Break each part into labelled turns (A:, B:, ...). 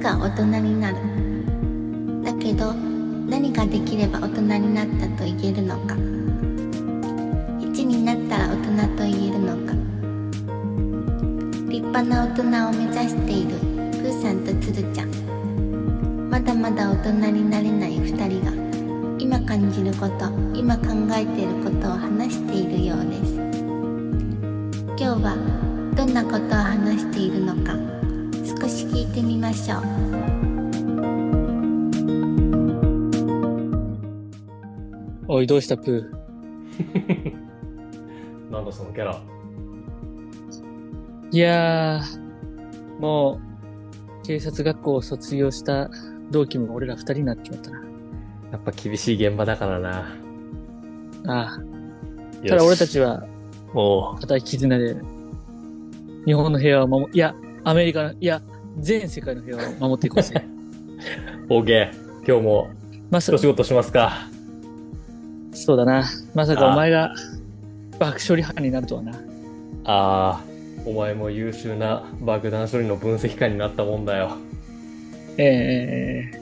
A: か大人になるだけど何ができれば大人になったと言えるのか1になったら大人と言えるのか立派な大人を目指しているプーさんとつるちゃんまだまだ大人になれない2人が今感じること今考えていることを話しているようです今日はどんなことを話しているのか少し聞いてみましょう
B: おい、どうした、プ
C: なんだそのキャラ。
B: ー。いやー、もう、警察学校を卒業した同期も俺ら二人になっちまったな。
C: やっぱ厳しい現場だからな。
B: ああ。ただ俺たち
C: は。
B: は、
C: も
B: 固い絆で、日本の平和を守、いや、アメリカの、いや、全世界の平和を守っていこう ぜ。
C: う、OK。今日も、
B: まさ
C: 一仕事しますか。
B: そうだな。まさか
C: ああ
B: お前が、爆処理班になるとはな。
C: ああ、お前も優秀な爆弾処理の分析官になったもんだよ。
B: ええええええ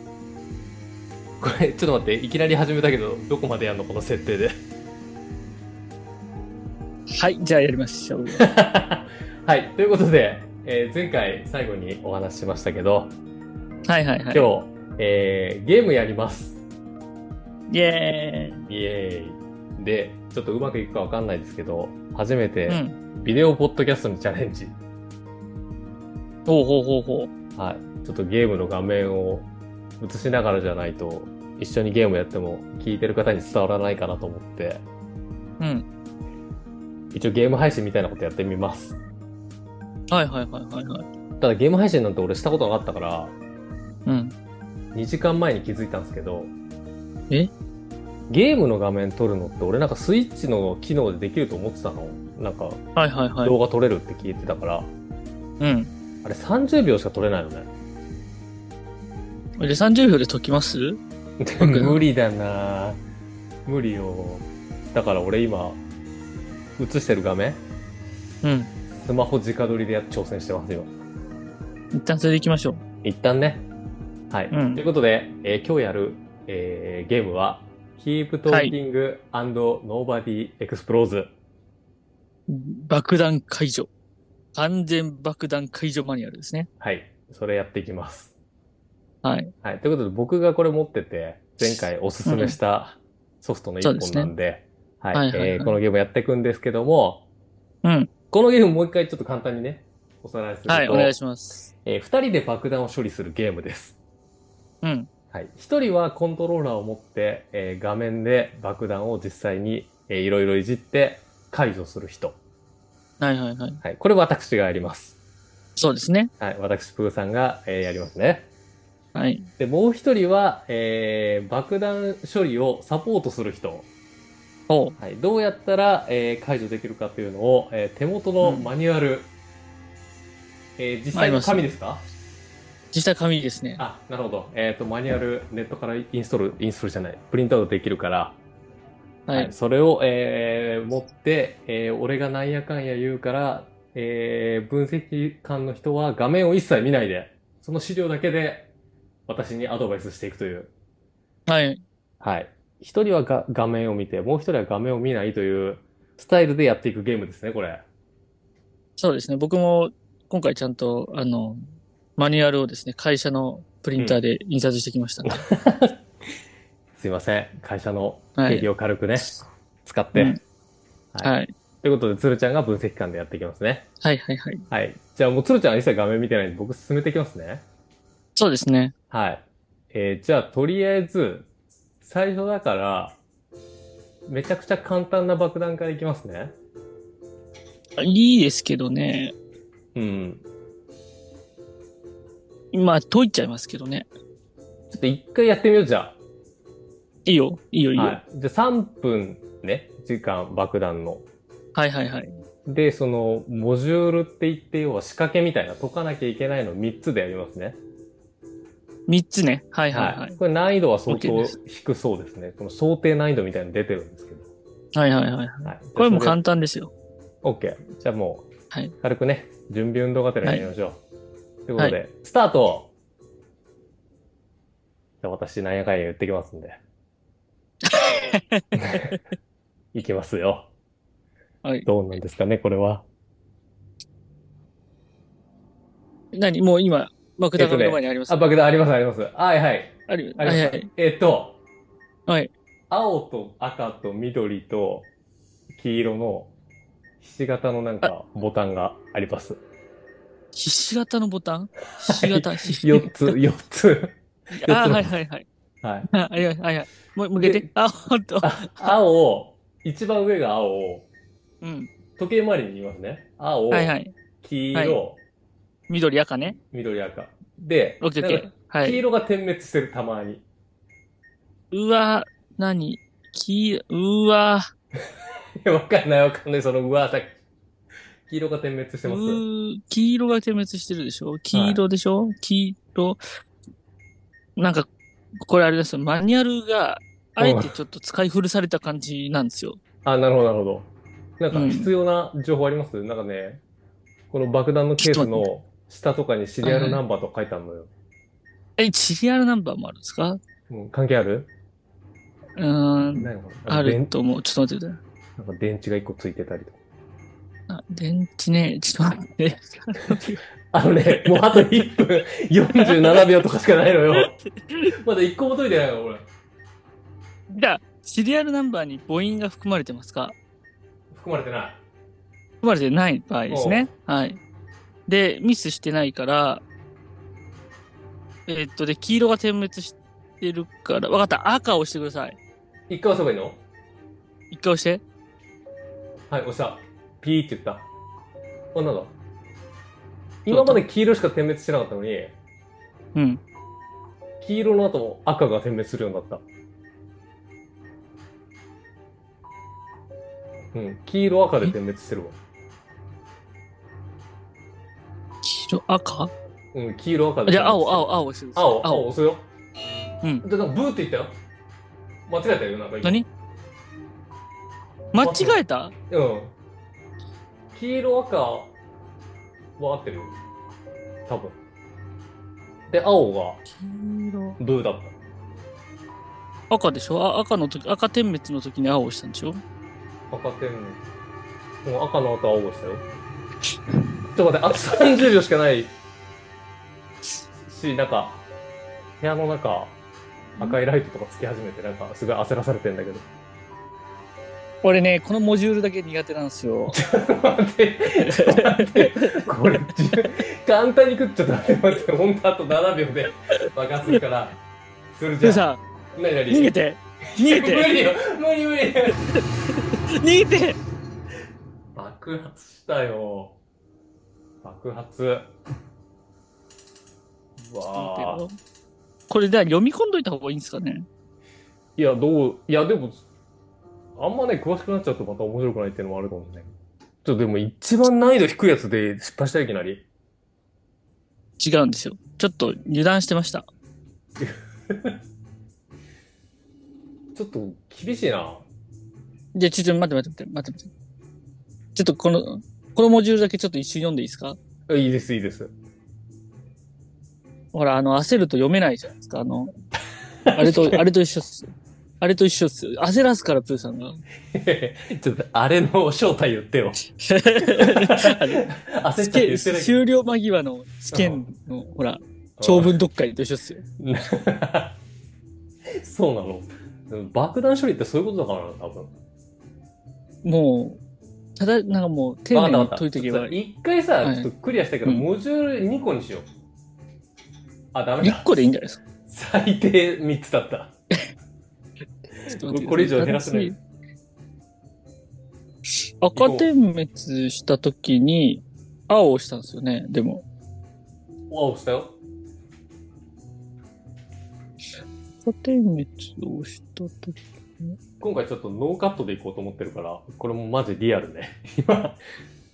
C: これ、ちょっと待って、いきなり始めたけど、どこまでやんのこの設定で。
B: はい、じゃあやりましょ う。
C: はい、ということで、えー前回最後にお話ししましたけど、
B: はいはいはい。
C: 今日、えーゲームやります。
B: イエ
C: イエーイ。で、ちょっとうまくいくかわかんないですけど、初め
B: ーイ。う
C: て
B: ん。
C: ビデオポッドキャストにチャレンジ。
B: ほうほうほうほう。
C: はい。ちょっとゲームの画面を映しながらじゃないと、一緒にゲームやっても聞いてる方に伝わらないかなと思って、
B: うん。
C: 一応ゲーム配信みたいなことやってみます。
B: はいはいはいはいはい。
C: ただゲーム配信なんて俺したことなかったから、
B: うん。
C: 2時間前に気づいたんですけど、
B: え
C: ゲームの画面撮るのって俺なんかスイッチの機能でできると思ってたのなんか
B: はいはいはい。
C: 動画撮れるって聞いてたから、
B: うん。
C: あれ30秒しか撮れな いのね。
B: で、30秒で解きます
C: 無理だな無理よ。だから俺今、映してる画面
B: うん。
C: スマホ直撮りでや挑戦してますよ。
B: 一旦それでいきましょう。
C: 一旦ね。はい。
B: うん
C: ということで、えー今日やる、えーゲームは、Keep Talking and Nobody Explodes、
B: 爆弾解除。安全爆弾解除マニュアルですね。
C: はい。それやっていきます。
B: はい。
C: はい。ということで、僕がこれ持ってて、前回おすすめしたソフトの一
B: そうです
C: 本
B: ね
C: なんで、
B: は
C: はいい。
B: はいはい
C: えーこのゲームやっていくんですけども、
B: うん。
C: このゲームもう一回ちょっと簡単にね、おさらいすると、
B: はい、お願いします。
C: えー二人で爆弾を処理するゲームです。
B: うん。
C: はい。一人はコントローラーを持って、えー画面で爆弾を実際に、えーいろいろいじって解除する人。
B: はいはいはい。
C: はい。これ私がやります。
B: そうですね。
C: はい。私、プーさんが、えーやりますね。
B: はい。
C: で、もう一人は、えー爆弾処理をサポートする人。
B: ほ
C: はい。どうやったら、えー解除できるかっていうのを、えー手元のマニュアル。えー実際の紙ですか
B: う。実際紙ですね。
C: あ、なるほど。えっ、と、マニュアル、ネットからインストール、インストールじゃない、プリントアウトできるから、
B: は
C: はいい。それを、えー持って、えー俺がなんやかんや言うから、えー分析官の人は画面を一切見ないで、その資料だけで私にアドバイスしていくという。
B: はい。
C: はい。一人はが画面を見て、もう一人は画面を見ないというスタイルでやっていくゲームですね、これ。
B: そうですね。僕も今回ちゃんと、あの、マニュアルをですね、会社のプリンターで印刷してきましたんで。
C: すいません。会社の
B: はい
C: 経費を軽くね、使って。
B: うん
C: はい。
B: はい。
C: ということで、鶴ちゃんが分析官でやっていきますね。
B: はいはいはい。
C: はい。じゃあもう鶴ちゃんは一切画面見てないんで、僕進めていきますね。
B: そうですね。
C: はい。えーじゃあ、とりあえず、最初だから、めちゃくちゃ簡単な爆弾からいきますね。
B: いいですけどね。
C: うん。
B: まあ、解いちゃいますけどね。
C: ちょっと一回やってみよう、じゃ
B: いいよ。いいよいい
C: あ。
B: よ。
C: はい。じゃあ、3分ね、時間爆弾の。
B: はいはいはい。
C: で、その、モジュールって言って、要は仕掛けみたいな、解かなきゃいけないの3つでやりますね。
B: 三つね。はいはいはい。
C: これ難易度は相当
B: OK です
C: 低そうですね。この想定難易度みたいなの出てるんですけど。
B: はいはいはい。
C: はい。
B: これも
C: 単
B: 簡単ですよ。
C: OK。じゃあもう、
B: はい
C: 軽くね、準備運動がてらやりましょう。ということで、
B: は
C: スタートじゃあ私、なんやかんや言ってきます んで。いきますよ。
B: はい。
C: どうなんですかね、これは。
B: 何もう今、爆弾が目の前にあります。
C: あ、爆弾あります、あります。はいはい。
B: あるよ。
C: あ
B: は
C: りま
B: い
C: す。
B: はい。
C: えっと、
B: はい。
C: 青と赤と緑と黄色のひし形のなんかボタンがあります。
B: ひし形のボタンひし形、ひし
C: 4つ、4つ。
B: あーはいはいはい。
C: はい。
B: あはいはいはいはい。もう、向けて。あ、ほんと。
C: あ青、一番上が青、
B: うん。
C: 時計回りに言いますね。青、
B: はいはい。
C: 黄
B: は
C: 色、
B: 緑赤ね。
C: 緑赤。で、
B: オッケーオッ
C: なん
B: ケ
C: か
B: ー。は
C: 黄
B: い。
C: 色が点滅してるたまに。
B: うわ、何黄、うわ、
C: いやわかんないわかんない、そのうわだけ黄色が点滅して
B: う
C: ます。
B: ー黄色が点滅してるでしょ黄色でしょ、黄色。なんか、これあれですよ。マニュアルが、あえてちょっと使い古された感じなんですよ。
C: あ、なるほど、なるほど。なん
B: う
C: か
B: ん
C: 必要な情報あります、なんかね、この爆弾のケースの下とかにシリアルナンバーとか書いてあるのよ。
B: え、シリアルナンバーもあるんですかう
C: うん、関係ある
B: ーん、
C: ないのかな
B: あ
C: なん
B: る
C: か
B: と思う。ちょっと待ってください。
C: 電なんか電池が一個ついてたりとか。
B: あ、電池ね、ちょっと待って。
C: あの ね、もうあと1分47秒とかしかないのよ。まだ1個も解いてないの、俺。
B: じゃあ、シリアルナンバーに母音が含まれてますか
C: 含まれてない。
B: 含まれてない場合ですね。はい。で、ミスしてないから、えっと、で、黄色が点滅してるから、わかった、赤を押してください。
C: 一回押せばいいの
B: 一回押して。
C: はい、押した。ピーって言った。あ、なんだ。今まで黄色しか点滅してなかったのに、
B: うん。
C: 黄色の後赤が点滅するようになった。うん、黄色赤で点滅してるわ。
B: 黄色、赤
C: うん、黄色赤で
B: じ
C: 点滅し
B: ゃあ、青、
C: てる。
B: 青、青押してください。
C: 青、青、押すよ。
B: うん
C: で、なんかブーって言ったよ。間違えたよ、なんか今。
B: 何間違えた
C: うん。黄色赤は合ってるよ。多分。で、青が
B: 黄色。
C: ブーだった。
B: 赤でしょあ赤の時、赤点滅の時に青を押したんでしょ
C: 赤点もう赤の後青でしたよちょっと待ってあと30秒しかないしなんか部屋の中赤いライトとかつき始めてなんかすごい焦らされてんだけど
B: 俺ね、このモジュールだけ苦手なんですよ。
C: 待ってちょっと待ってこれじゅ簡単に食っちゃダメ待ってほんとあと7秒で爆発するからそれじ
B: で
C: ゃあ
B: さ、
C: 何何
B: 逃げて逃げ
C: 無
B: て
C: 理よ無理無理
B: 逃げて
C: 爆発したよ爆発うわあ
B: これ、じゃあ読み込んどいた方がいいんですかね
C: いやどういやでもあんまね詳しくなっちゃうとまた面白くないっていうのもあるかもしれないちょっとでも一番難易度低いやつで失敗したよいきなり
B: 違うんですよ。ちょっと油断してました。
C: ちょっと厳しいな
B: じゃあ、ちょっと待って待って待って待って待って。ちょっとこの、このモジュールだけちょっと一瞬読んでいいですか
C: あいいですいいです
B: ほら、あの、焦ると読めないじゃないですか。あの、あれと、 あれと一緒っす。あれと一緒っす。焦らすから、プーさんが。
C: ちょっとあれの正体言っ てよ
B: あれ
C: 焦っ
B: 試
C: ちゃって
B: 験、
C: 言ってない
B: 終了間際の試験の、ほら、長文読解と一緒っすよ。
C: そうなのでも爆弾処理ってそういうことだからな多分
B: もう、ただ、なんかもう、丁
C: わか
B: 寧
C: ったわ
B: に
C: かった
B: 解いとけば、
C: 一回さ、
B: はい
C: ちょっとクリアしたいから、
B: うん
C: モジュール2個にしよう。あ、ダメだ
B: 1。個でいいんじゃないですか
C: 最低3つだった。これ以上減らせない。
B: 赤点滅したときに、青を押したんですよね、でも。
C: 青押したよ。
B: 赤点滅を押したとき。
C: 今回ちょっとノーカットでいこうと思ってるから、これもマジリアルね。今、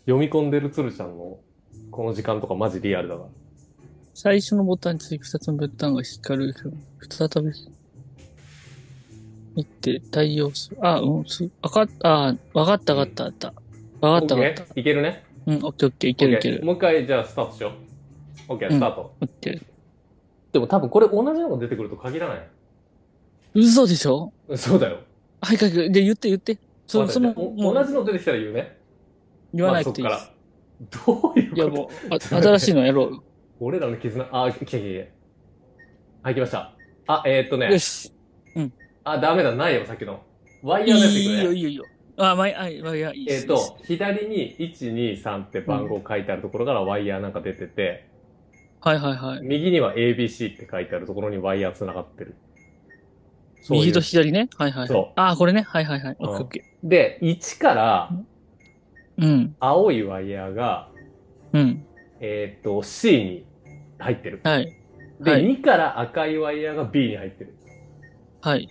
C: 読み込んでる鶴ちゃんのこの時間とかマジリアルだから。
B: 最初のボタンに続き2つのボタンが光る。再び。見て、対応する。あ、うん、す、わかった、あ、わかった、わかった、わかった。わかった、
C: オ
B: わ
C: ッ
B: かった。
C: ケーいけるね。
B: うん、オッケー、オッケー、いける、いけ
C: オッケー
B: る。
C: もう一回じゃあスタートしよう。オッケー、
B: うん
C: スタート。
B: オッケー。
C: でも多分これ同じのが出てくると限らない。
B: 嘘でしょ
C: うんそうだよ。
B: はい、かく。で、言って言って。そ
C: まだ
B: その、
C: お
B: も
C: 同
B: う
C: じの出てきたら言うね。
B: 言わなくていい
C: ま
B: で
C: あ
B: す。
C: そっから。どういうこと
B: いや、もう、あ新しいのやろうよ。
C: 俺らの絆、あ、来た来た来た。はい、来ました。あ、えー、っとね
B: よ。し。
C: あ、ダメだ、ないよ、さっきの。ワイ
B: いい
C: ヤ
B: よ、
C: ーのやつ
B: い
C: い
B: い
C: く
B: よ、
C: ね。
B: いいよいいよ。あ、まあ、いまあ、いや、いいですい
C: えーっ
B: いです
C: と、左に1、2、3って番号書いてあるところからワイヤーなんか出てて、
B: はいはいはい。
C: 右には ABC って書いてあるところにワイヤー繋がってる。そういう
B: 右と左ね。はいはいは
C: そう
B: い。ああ、これね。はいはいはい。
C: うん
B: オッケ
C: で、1から
B: ーオッケー。うん。
C: 青いワイヤーが、
B: うん。
C: えーっと、C に入ってる。
B: はい。
C: で、
B: はい
C: 2から赤いワイヤーが B に入ってる。
B: はい。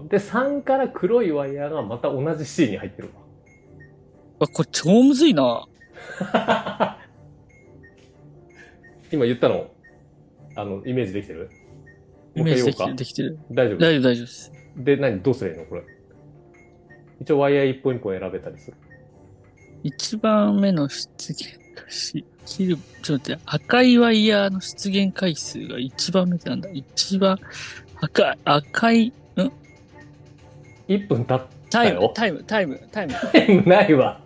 C: うん、で、3から黒いワイヤーがまた同じ C に 入ってる
B: わ、これ超むずいな。
C: わ。今言ったの、あの、イメージできてる
B: イメージできて
C: もう
B: る、
C: 一
B: できてる。
C: 回言おうか大
B: 大丈
C: 丈
B: 夫、大丈夫です。
C: 夫。で、何どうすりゃいいのこれ。一応ワイヤー一本一本選べたりする。
B: 一番目の出現回数。切る、ちょっと待って、赤いワイヤーの出現回数が一番目ってなんだ。一番、赤い、赤い、ん
C: 1分経った
B: タイム
C: よ、。
B: タイム、タイム、タイム。
C: タイムないわ。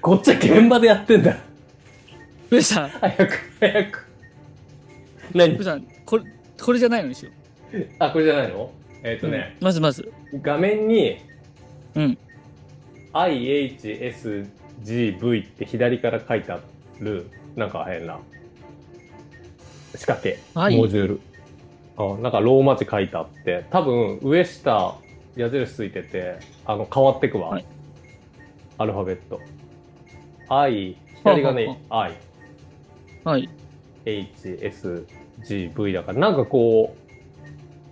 C: こっちは現場でやってんだ。
B: ブーさん、
C: 早く、早く。何
B: ブーさん、これ、これじゃないのにしよ
C: あ、これじゃないのえーっ、
B: う。
C: とね、
B: うんまずまず。
C: 画面に、
B: うん。
C: IHSGV って左から書いてある、なんか変な、仕掛け、
B: はい
C: モジュール。あなんかローマ字書いてあって、多分上下矢印ついてて、あの変わってくわ。
B: はい
C: アルファベット。I、左がね、I、
B: はい。
C: HSGV だから、なんかこう、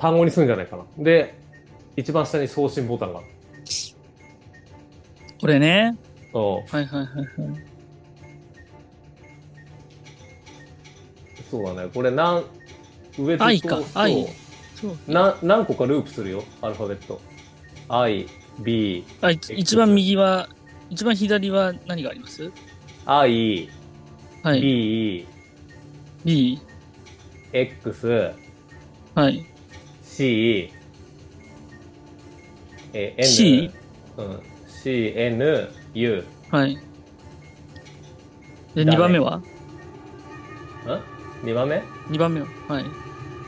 C: 単語にするんじゃないかな。で、一番下に送信ボタンがある。
B: これね。
C: うん
B: はいはいはいはい。
C: そうだね、これ何、上
B: 愛
C: と
B: か
C: 通すと
B: 愛そう。
C: な何個かループするよ、アルファベット。I, B,
B: あ、い一番右は、一番左は何があります
C: I,
B: はい。
C: B,
B: B。
C: X,
B: はい。
C: C, え N,
B: C？
C: うん、C, N, U,
B: はい。で、
C: だね
B: 2番目は
C: ん ?2 番目
B: ?2 番目ははい。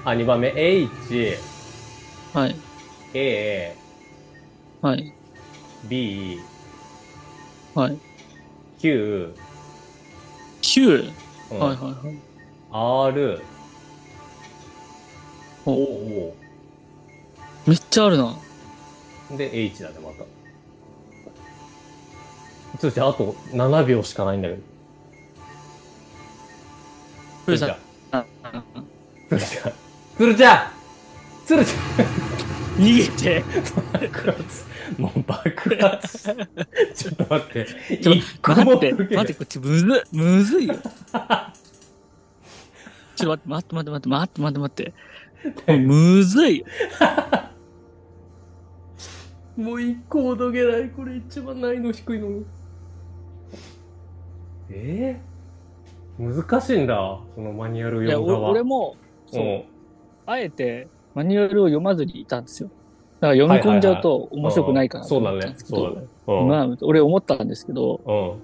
C: あ、2番目。H,
B: はい。
C: A,
B: はい。
C: B,
B: はい。
C: Q,
B: 9。
C: う
B: はいはい
C: ん、
B: はい。
C: R,
B: お
C: O,
B: めっちゃあるな。
C: で、H だね、また。ちょっとじゃあ、あと7秒しかないんだけど。
B: ふうさん
C: 鶴
B: あ
C: ちゃん。鶴ちゃん鶴ち
B: 逃げて。
C: ゃん 爆発。もう爆発。ちょっと待って。
B: ちょ
C: 一個
B: 待
C: も
B: って、
C: 受
B: 待
C: けな
B: っ
C: い
B: て、こっちむず、むずいよ。ちょっと待って、待って、待って、待って、待って、待って、待って。むずいよ。
C: もう一個もどけない。これ一番難易度低いのに。えー、難しいんだ。そのマニュアル
B: いや、
C: 読んだ
B: お
C: は。
B: 俺も、そう
C: うん
B: あえてマニュアルを読まずにいたんですよ。だから読み込んじゃうと面白くないかな
C: うん
B: と
C: そう
B: 思
C: だ
B: ったん
C: ね
B: で。すけど
C: そうだね。うん。
B: まあ、俺思ったんですけど、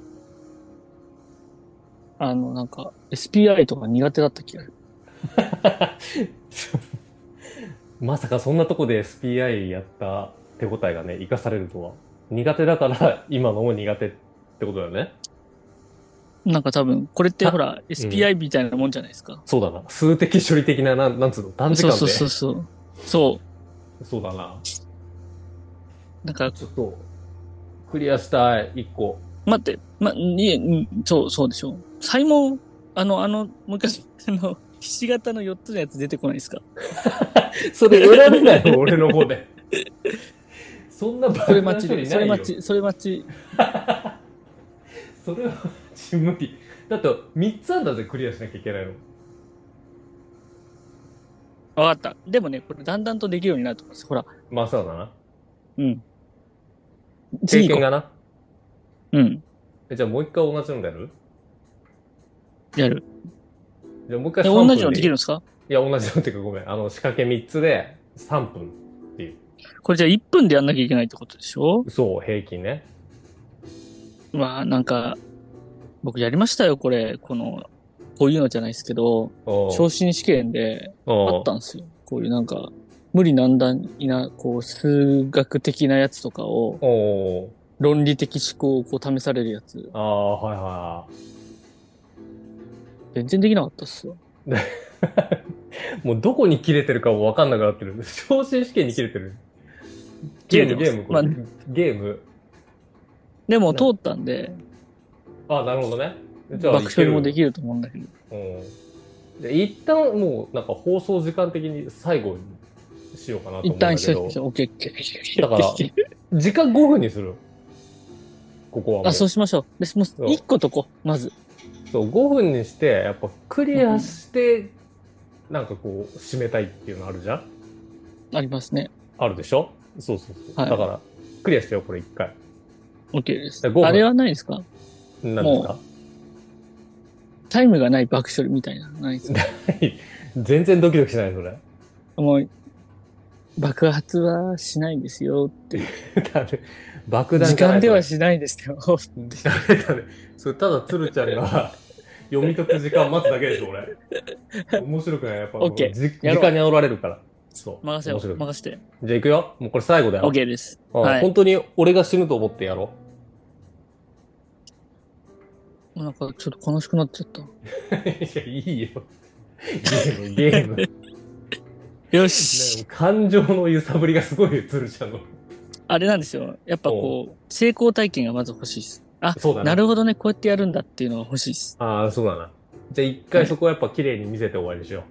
C: うん。
B: あの、なんか、SPI とか苦手だった気がする。
C: まさかそんなとこで SPI やった手応えがね、生かされるとは。苦手だから、 今のも苦手ってことだよね。
B: なんか多分、これって
C: あ
B: ほら、SPI みたいなもんじゃないですか。
C: そうだな。数的処理的な、なんなんつうの、短時
B: そう
C: 間で。
B: そうそうそう。そ
C: そうだな。
B: う。なんか、
C: ちょっと、クリアしたい、一個。
B: 待って、ま、いえ、うんそう、そうでしょう。サイモン、あの、あの、もう一回、あ の、ひし形の4つのやつ出てこないですか
C: それ選べないよ、 俺の方で。そんなバ
B: それ
C: カ
B: 待ち
C: な処
B: で、
C: 理
B: そ
C: な
B: れ
C: いよ。
B: 待ち、それ待ち。
C: それは、無理。だって、3つあんだぜ、クリアしなきゃいけないの。
B: わかった。でもね、これだんだんとできるようになると思います。ほら、
C: まあ、そうだな。
B: うん。
C: 経
B: 次行
C: 験
B: こ
C: がな。
B: う。うん。
C: えじゃあもう一回同じのやる
B: やる。
C: じゃあもう一
B: え
C: 回
B: 同じの
C: 3分
B: できるんですか
C: いや、同じのっていうかごめん。あの、仕掛け3つで3分ってい
B: これじゃあ1分でやんなきゃいけないってことでしょ
C: う。そう、平均ね。
B: まあ、なんか、僕やりましたよ、これ。この、こういうのじゃないですけど、
C: お
B: 昇進試験であ
C: あ
B: ったんですよ。こういうなんか、無理難題な、こう、数学的なやつとかを、
C: おお
B: 論理的思考をこう試されるやつ。
C: ああ、はいは
B: 全然できなかったっすよ。
C: い。もうどこに切れてるかもわかんなくなってる。昇進試験に切れてる。ゲーム、ゲーム、こ
B: まあ
C: れ。ゲーム。
B: でも通ったんで、
C: ああ、なるほどね。じゃあ、
B: 爆笑もで
C: る。
B: きると思うんだけど。
C: うん。で一旦もう、なんか放送時間的に最後にしようかなと思
B: 一
C: うんだ
B: 旦
C: けど。
B: 一緒にしよう。オッケーオッケーオッケー。
C: だから
B: オッケー
C: 時間5分にする。ここはも う。
B: あ、そうしましょう。で、も
C: そう
B: う、一個とこ、まず。
C: そう5分にしてやっぱクリアしてなんかこう締めたいっていうのあるじゃん
B: ありますね。
C: あるでしょそうそうそう、
B: はい
C: だからクリアしてよこれ1回
B: OK です
C: えご。飯
B: あれはないですか
C: 何ですか
B: タイムがない爆笑みたいなのないですか
C: 全然ドキドキしないそれ
B: もう、爆発はしないんですよっていう。
C: ダメ爆弾
B: 時
C: じゃな
B: 間
C: い
B: では
C: そ
B: しないですよ。
C: れダメダメ それただ鶴ちゃんが 読み解く時間待つだけでしょ俺面白くないやっぱ
B: オッケー
C: じ時
B: やろう
C: 間に煽られるからそう
B: 任せよう。
C: 面白いじゃ
B: 任せて。
C: あ行くよもうこれ最後だよ、
B: OK です。
C: うん
B: はい。
C: 本当に俺が死ぬと思ってやろう
B: なんかちょっと悲しくなっちゃった。
C: いや、いいよ。ゲーム、ゲーム。
B: よし。
C: 感情の揺さぶりがすごいよ、鶴ちゃんの。
B: あれなんですよ。やっぱこう、成功体験がまず欲しいです。あ、
C: そうだね
B: なるほどね。こうやってやるんだっていうのが欲しいです。
C: ああ、そうだな。じゃあ一回そこはやっぱ綺麗に見せて終わりにしよ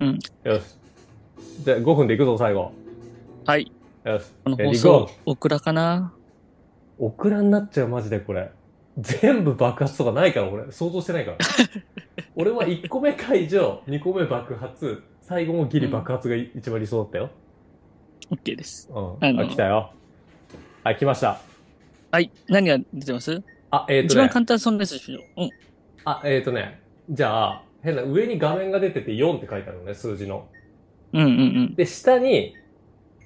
C: う。
B: うん。
C: よし。じゃあ5分でいくぞ、最後。
B: はい。
C: よし。
B: この
C: レ
B: 放
C: ディーゴ
B: 送
C: ー、
B: オクラかな
C: オクラになっちゃう、マジでこれ。全部爆発とかないから、俺。想像し てないから。俺は1個目解除、2個目爆発、最後もギリ爆発がい一番理想だったよ。
B: ?OK です。
C: うん。
B: あの
C: あ、来たよ。はい、来ました。
B: はい。何が出てます
C: あ、えっ、
B: 一
C: とね
B: 番。簡単そうなやつでしょ。うん。
C: あ、えっ、ー、とね、じゃあ、変な、上に画面が出てて4って書いてあるのね、数字の。
B: うんうん
C: で、下に、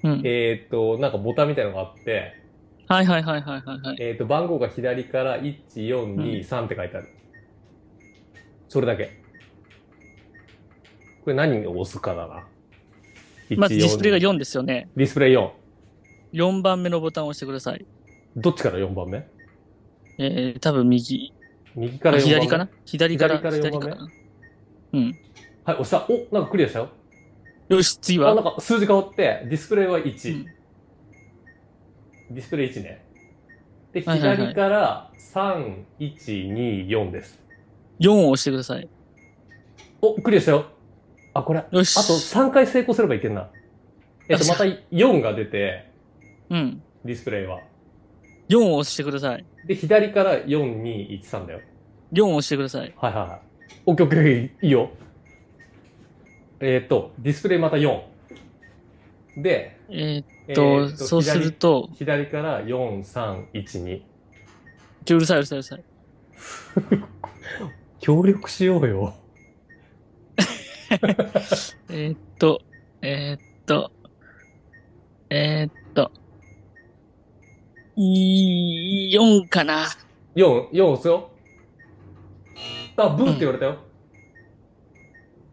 B: うん。うん。
C: えっ、と、なんかボタンみたいのがあって、
B: はいはいはいはいはいはい。
C: えっ、と、番号が左から1、4、2、3って書いてある。それだけ。これ何を押すかだな。1
B: まずディスプレイが。
C: 4
B: 4ですよね。
C: ディスプレイ4。
B: 4番目のボタンを押してください。
C: どっちから4番目
B: えー、多分右。
C: 右から
B: あ
C: 4番目。
B: 左かな左から、
C: 左から
B: 左
C: 4
B: か
C: 番目
B: な。うん。
C: はい、押した。お、なんかクリアしたよ。
B: よし、次
C: あ、
B: は。
C: なんか数字変わって、ディスプレイは1。
B: うん
C: ディスプレイ1ね。で、
B: はいはいはい
C: 左から3、1、2、4です。
B: 4を押してください。
C: お、クリアしたよ。あ、これ。あと
B: よし。
C: 3回成功すればいけんな。えっと、
B: よ
C: ま
B: った
C: 4が出て、
B: うん。
C: ディスプレイは。
B: 4を押してください。
C: で、左から4、2、1、3だよ。
B: 4を押してください。
C: はいはいはい。オッケーオッケーオッケーいいよ。えっと、ディスプレイまた4。で、
B: えー
C: え
B: っと、
C: ーっと
B: そうすると、
C: 左左から4、3、1、2。
B: ちょ、うるさいうるさいうるさい。
C: 協力しようよ。
B: えーっと、えーっと、えーっと、いー、4かな。
C: 4、4押すよ。あ、ブーって言われたよ。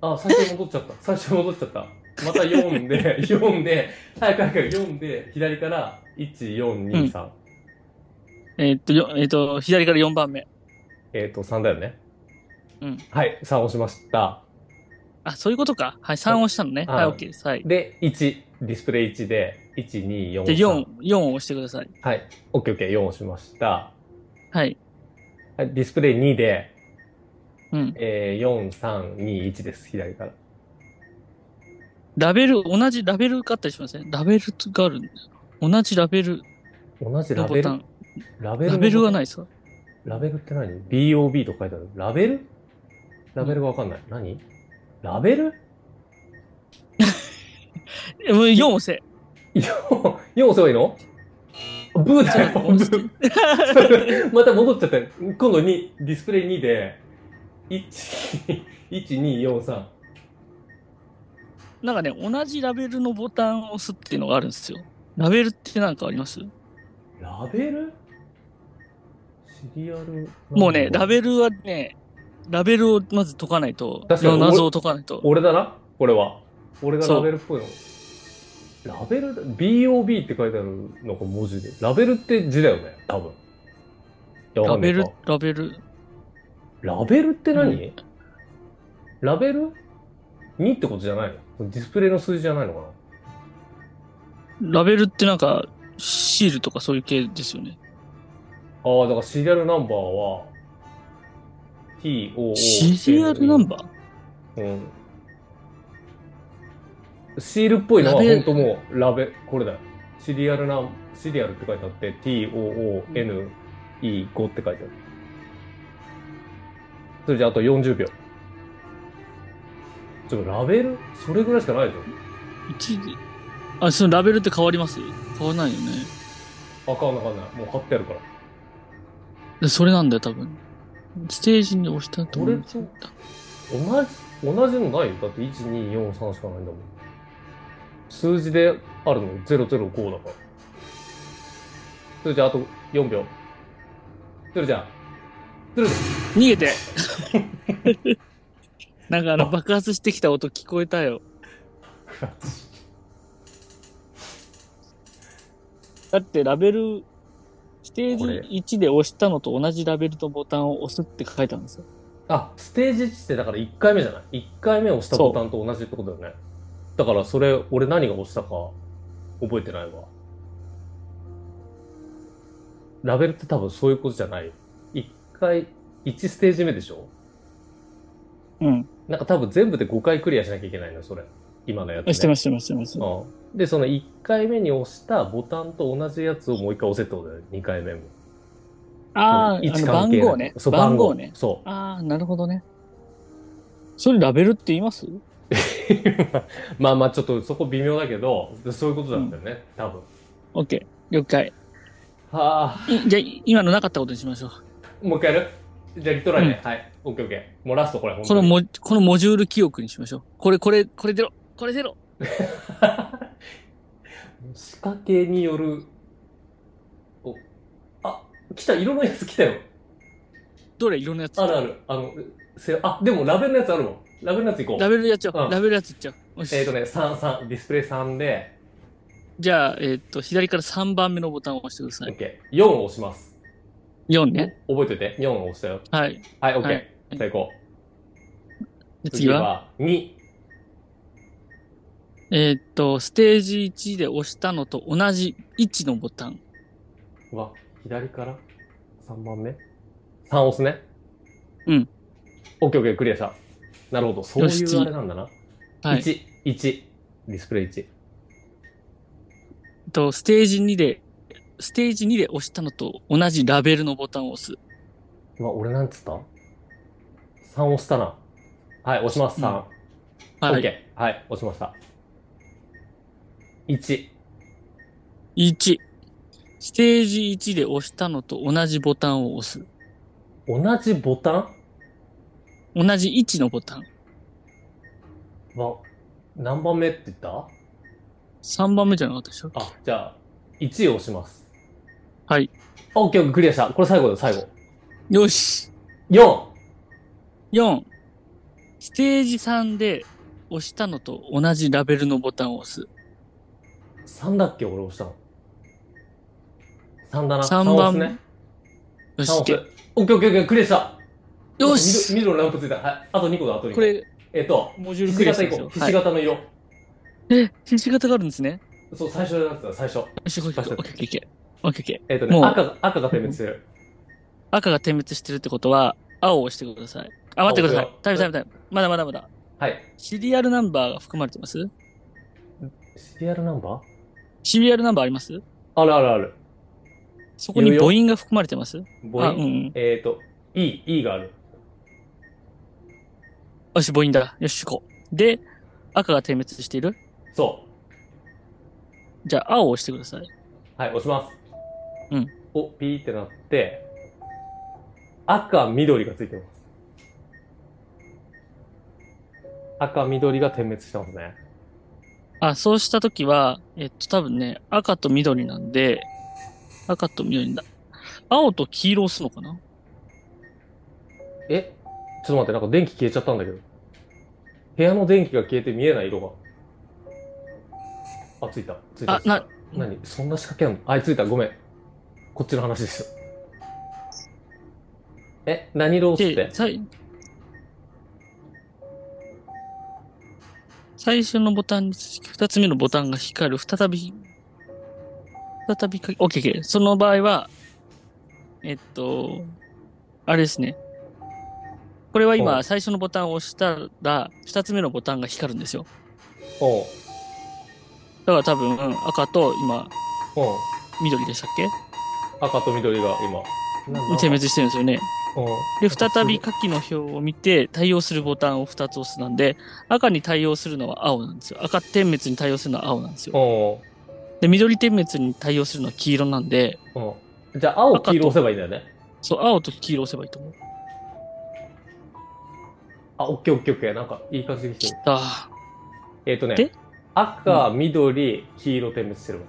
C: あ、最初に戻っち ゃった。最初に戻っちゃった。また4で、4で、 早く早く4で、左から、1、4、2、3。
B: えーっと、よえーっと、左から4番目。
C: えっ、と、3だよね。
B: うん。
C: はい、3押しました。
B: あ、そういうことか。はい、3を押したのね。
C: あ
B: はい、OK です。はい。
C: で、1、ディスプレイ1で、1、2、4。
B: で、
C: 3
B: 4、4を押してください。
C: はい、オッケーオッケー、4押しました。
B: はい。
C: はい、ディスプレイ2で、
B: うん。
C: えー、4、3、2、1です、左から。
B: ラベル、同じラベルがあったりしませんラベルがあるんだよな。同じラベル
C: 同じ
B: の
C: ラ
B: ボ
C: ベ
B: タ
C: ル
B: ン。。
C: ラベル
B: ラベル
C: は
B: はないですか
C: ラベルって何 ?BOB と書いてある。ラベルラベルがわかんない。何ラベル
B: え、もう4押せ。
C: よ、よ、遅いのブー
B: ち
C: だ
B: ょっ
C: よ、
B: と
C: ブ
B: 押して
C: ー。。 また戻っちゃったよ。今度に、ディスプレイ2で、1、1、2、4、3。
B: なんかね、同じラベルのボタンを押すっていうのがあるんですよ。ラベルってなんかあります
C: ラベルシリアル。
B: もうね、ラベルはね、ラベルをまず解かないと、
C: 確かに
B: の謎を解かないと。
C: 俺だなこれは。俺が
B: そう
C: ラベルっぽいの。ラベルだ ?BOB って書いてあるのか文字で。ラベルって字だよね多分。いやわ
B: ラ
C: かんな
B: ベ
C: いか
B: ル、ラベル。
C: ラベルって何、
B: う
C: ラベル ?2 ってことじゃないのディスプレイの数字じゃないのかな
B: ラベルってなんか、シールとかそういう系ですよね。
C: ああ、だからシリアルナンバーは、TOO。
B: シリアルナンバー
C: うん。シールっぽいのは
B: ラベル
C: 本当もうラベ、これだよ。シリアルな、シリアルって書いてあって、TOONE5 って書いてある。それじゃああと40秒。ちょ、ラベルそれぐらいしかないでし
B: 一時あ、そのラベルって変わります変わらないよね。
C: ょ。あかんなかんない。もう貼ってあるから。
B: でそれなんだよ、多分。ステージに押したと思う
C: 俺と同じ、同じのないよ。だって1、2、4、3しかないんだもん。数字であるの005だから。それじゃああと4秒。それじゃあ、それじゃ
B: 逃げて なんかあの爆発してきた音聞こえたよ。だってラベル、ステ
C: これ
B: ージ1で押したのと同じラベルとボタンを押すって書いてあるんですよ。
C: あ、ステージ1ってだから1回目じゃない ?1 回目押したボタンと同じってことだよね。だからそれ、俺何が押したか覚えてないわ。ラベルって多分そういうことじゃない。1回、1ステージ目でしょ
B: うん。
C: なんか多分全部で5回クリアしなきゃいけないのよ、それ。今のやつ、ね。
B: してます、してます、してます。
C: うんで、その1回目に押したボタンと同じやつをもう1回押せってことだよね、2回目も。
B: ああ、あ
C: 位置
B: の
C: 関
B: 番
C: 係なく
B: 号ね。
C: そう、
B: 番
C: 番
B: 号
C: 号
B: ね。。
C: そ
B: ああ、なるほどね。それラベルって言います
C: う。まあまあ、ちょっとそこ微妙だけど、そういうことなんだよね、多分。
B: ?OK。了解。
C: はい
B: じゃあ、い今のなかったことにしましょう。
C: あ。もう一回やるじゃあ、リトライね。はい。オッケーオッケー。もうラストこれ、本
B: こ
C: 当
B: の
C: に。
B: も、このモジュール記憶にしましょう。これ、これ、これ出ろ。これ出ろ。
C: 仕掛けによる、お、あ、来た、色のやつ来たよ。
B: どれ色のやつ。
C: あるある。あの、せあ、でもラベルのやつあるもん。ラベルのやつ行こう。
B: ラベルやっちゃおう。
C: うん
B: ラベルやついっちゃおう。よし
C: えっ、とね、3、3、ディスプレイ3で、
B: じゃあ、えっ、と、左から3番目のボタンを押してください。
C: OK。4を押します。
B: 4ね。
C: 覚えてて、4を押したよ。
B: はい。
C: はい、OK。
B: は
C: 成功。
B: で次は、
C: 2。
B: えっ、と、ステージ1で押したのと同じ1のボタン。
C: うわ、左から3番目 ?3 押すね。
B: うん。
C: OK、OK、クリアした。なるほど。そう
B: よし
C: いう
B: 次
C: あれなんだな。
B: はい。えっ、
C: 1、1。ディスプレイ1。
B: と、ステージ2で、ステージ2で押したのと同じラベルのボタンを押す。
C: うわ、俺なんつった ?3 押したな。はい、押します、3。
B: はい。
C: OK。はい、押しました。1。
B: 1。ステージ1で押したのと同じボタンを押す。
C: 同じボタン
B: 同じ1のボタン。
C: は、何番目って言った
B: 3番目じゃなかったでしょ
C: あ、じゃあ、1を押します。
B: はい。
C: オッケーオッケークリアした。これ最後だよ、最後。
B: よし。
C: 4!
B: 4。ステージ3で押したのと同じラベルのボタンを押す。
C: 3だっけ俺押したの。3だな。
B: 三
C: 3押
B: 番
C: す
B: 目
C: ね。
B: よし。
C: 3押す。オッケーオッケーオッケークリアした。
B: よし
C: 緑緑のランプついた。はい。あと2個だ、あと2個。
B: こ、れ、
C: えっと、
B: モジュール
C: ひし
B: クリアし
C: 形
B: た
C: い
B: でし
C: こ
B: ょ
C: う。ひ
B: は
C: し
B: い、
C: 形の色。
B: え、 ひし形があるんですね。
C: そう、最初のやつだ、最初。
B: よし、オッケーオッケーオッケー。オッケーオッケー。
C: えっとね、
B: もう
C: 赤が、赤が点滅してる。
B: 赤が点滅してるってことは、青を押してください。あ、待ってくださ
C: 青
B: い。タイムタイムタイム。まだまだまだ。
C: はい。
B: シリアルナンバーが含まれてます
C: シリアルナンバー
B: シリアルナンバーあります
C: あるあるある。
B: そこに
C: 言うよ
B: 母音が含まれてます
C: ボ
B: あ、う
C: イ
B: ん
C: ン。
B: うん。
C: えっと、E、E がある。
B: よし、母音だ。よし、行こう。で、赤が点滅している
C: そう。
B: じゃあ、青を押してください。
C: はい、押します。
B: うん。
C: お、ピーってなって、赤、緑がついてます。赤、緑が点滅してますね。
B: あ、そうしたときは、えっと、多分ね、赤と緑なんで、赤と緑だ。青と黄色を押すのかな
C: えちょっと待って、なんか電気消えちゃったんだけど。部屋の電気が消えて見えない色が。あ、ついた。ついた。
B: あ
C: ついた
B: な
C: 何そんな仕掛けあんのあ、ついた。ごめん。こっちの話でした。え、何色を押すって
B: で、最、最初のボタンに、二つ目のボタンが光る。再び、再びか、OK、OK。その場合は、えっと、あれですね。これは
C: う
B: 今、
C: ん
B: 最初のボタンを押したら、二つ目のボタンが光るんですよ。
C: おう
B: だから多分、赤と今、
C: おう
B: 緑でしたっけ
C: 赤と緑が今。なんだ
B: 点滅してるんですよね。で、
C: うん
B: 再び下記の表を見て、対応するボタンを2つ押すなんで、赤に対応するのは青なんですよ。赤点滅に対応するのは青なんですよ。
C: おう
B: で、緑点滅に対応するのは黄色なんで、
C: おうじゃあ、青、黄色押せばいいんだよね。
B: そう、青と黄色押せばいいと思う。
C: あ、オッケーオッケーオッケー。なんか、いい感じできて
B: き
C: る。
B: た。
C: えっ、とね
B: で、
C: 赤、緑、黄色点滅してるわ。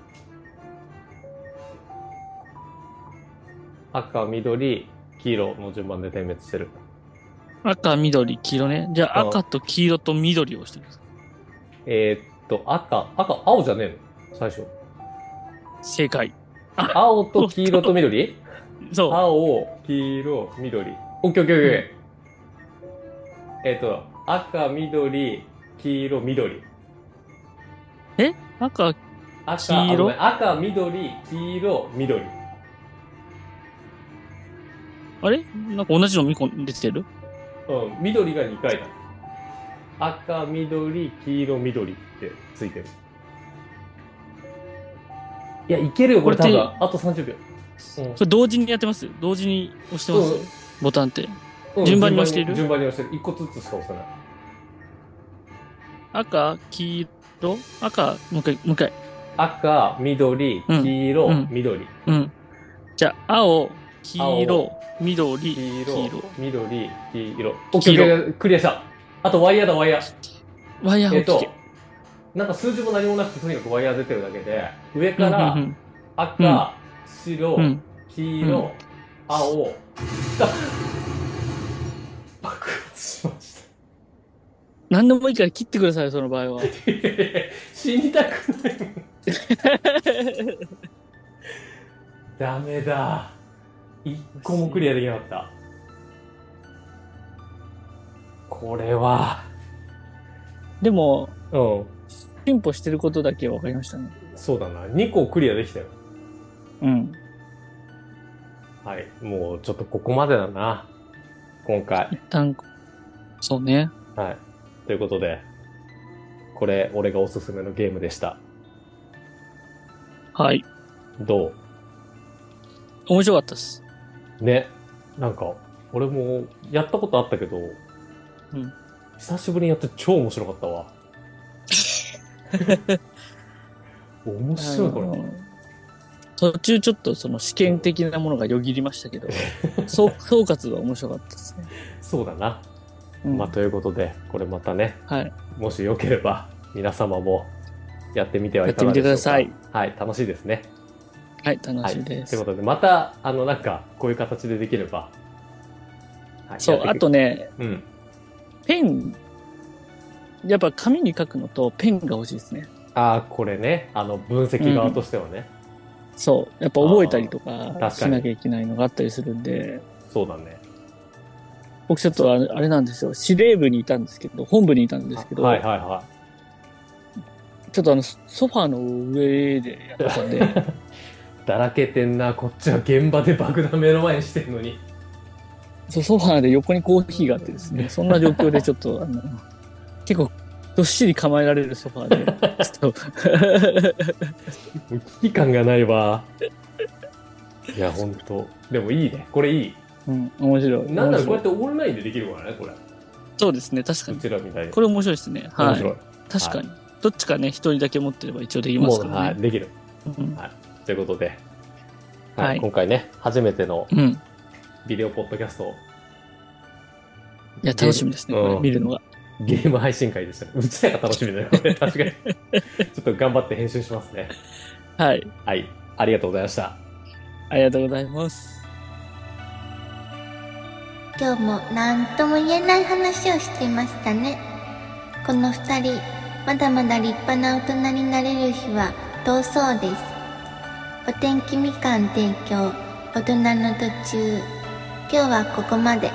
C: 赤、緑、黄色の順番で点滅してる。
B: 赤、緑、黄色ね。じゃあ、
C: うん
B: 赤と黄色と緑を押してください。
C: えーっと、赤、赤、青じゃねえの 最初。
B: 正解。
C: 青と黄色と緑
B: そう。
C: 青、黄色、緑。オッケーオッケーオッケー。えーっと、赤、緑、黄色、緑。
B: 赤、
C: 赤、
B: 黄色
C: あごめん赤、緑、黄色、緑。
B: あれなんか同じの2個出てる
C: うん、緑が2回だ。赤、緑、黄色、緑ってついてる。いや、いけるよ、これ
B: こ
C: 多
B: れ
C: 分。
B: で
C: あと30秒。
B: それ同時にやってます同時に押してます、
C: うん
B: ボタンって。
C: うん
B: 順番に押している
C: 順番に順番に押してる。1個ずつしか押さない。
B: 赤、黄色、赤、もう一回、もう一回。
C: 赤、緑、
B: うん
C: 黄色、
B: うん
C: 緑。
B: うん。じゃあ、青、黄色、緑、
C: 黄
B: 黄
C: 色、
B: 色。
C: 緑、黄色。
B: 黄色
C: OK、クリアした。あとワイヤーだ、ワイヤー。
B: ワイヤー
C: え
B: を
C: っ
B: 切
C: と
B: け。、
C: なんか数字も何もなくて、とにかくワイヤー出てるだけで、上から
B: うんうん
C: 赤、白、
B: うんうん。
C: 黄
B: う
C: 色、青、 が爆発しまし
B: 何でもいいから切ってください、その場合は。
C: た。いやいやいや死にたくないもん。ダメだ。一個もクリアできなかった。これは。
B: でも、
C: うん。
B: 進歩してることだけは分かりましたね。
C: そうだな。2個クリアできたよ。
B: うん。
C: はい。もうちょっとここまでだな。今回。
B: 一旦、そうね。
C: はい。ということで、これ、俺がおすすめのゲームでした。
B: はい。
C: ど
B: 面白かったです。
C: うね。なんか、俺もやったことあったけど、
B: ん
C: 久しぶりにやって超面白かっ たわ。面白い、こ
B: あ
C: れ。
B: の途中ちょっとその試験的なものがよぎりました けど、総総括が面白かったですね。
C: そうだな。
B: うん
C: まあ、ということで、これまたね、
B: はい。
C: もしよければ、皆様もやってみてはいか
B: や
C: が
B: って
C: で
B: みて
C: しょう
B: くださ
C: か。
B: い。
C: はい、楽しいですね。
B: はい、楽
C: はい。
B: しみ
C: とい
B: で
C: う
B: す。
C: ことで、また、あの、なんか、こういう形でできれば。はい
B: そう、
C: や
B: あ
C: ってく
B: とね、
C: うん。
B: ペン、やっぱ紙に書くのとペンが欲しいですね。
C: ああ、これね、あの、分析側としてはね、
B: そう。やっぱ覚えたりと
C: 確
B: か
C: かに
B: しなきゃいけないのがあったりするんで、
C: そうだね。
B: 僕ちょっとあれあれなんですよ。司令部にいたんですけど、本部にいたんですけど、
C: はいはいは
B: ちょっとあの、ソファーの上でやってたんで、
C: い。だらけてんな、こっちは現場で爆弾目の前にしてんの に。
B: そうソファーで横にコーヒーがあってですね、そんな状況でちょっと、あの、結構、どっしり構えられるソファーで、ちょっ と、
C: もう危機感がないわ。いや、ほんと。でもいいね、これいい。
B: うん、面白い。
C: なんならこう
B: 面
C: や
B: 白
C: っ
B: い
C: てオンラインでできるからね、これ。う
B: そうですね、確かに。
C: ちらみたいに。
B: これ面白いですね。はい。
C: 面白い。
B: 確かに。どっちかね、一人だけ持ってれば一応できま
C: も
B: すか
C: う、
B: ら
C: はい、
B: ね。
C: できる。
B: うん
C: ということで、
B: は
C: はいい、今回ね、初めての
B: うん。
C: ビデオポッドキャストを
B: いや、楽しみですね、
C: うん
B: これ見るのが。
C: ゲーム配信会でした。うちらが楽しみだよ、これ。確か に。ちょっと頑張って編集しますね。
B: はい。
C: はい。ありがとうございました。
B: ありがとうございます。
A: 今日も何とも言えない話をしていましたねこの2人まだまだ立派な大人になれる日は遠そうですお天気みかん提供大人の途中今日はここまで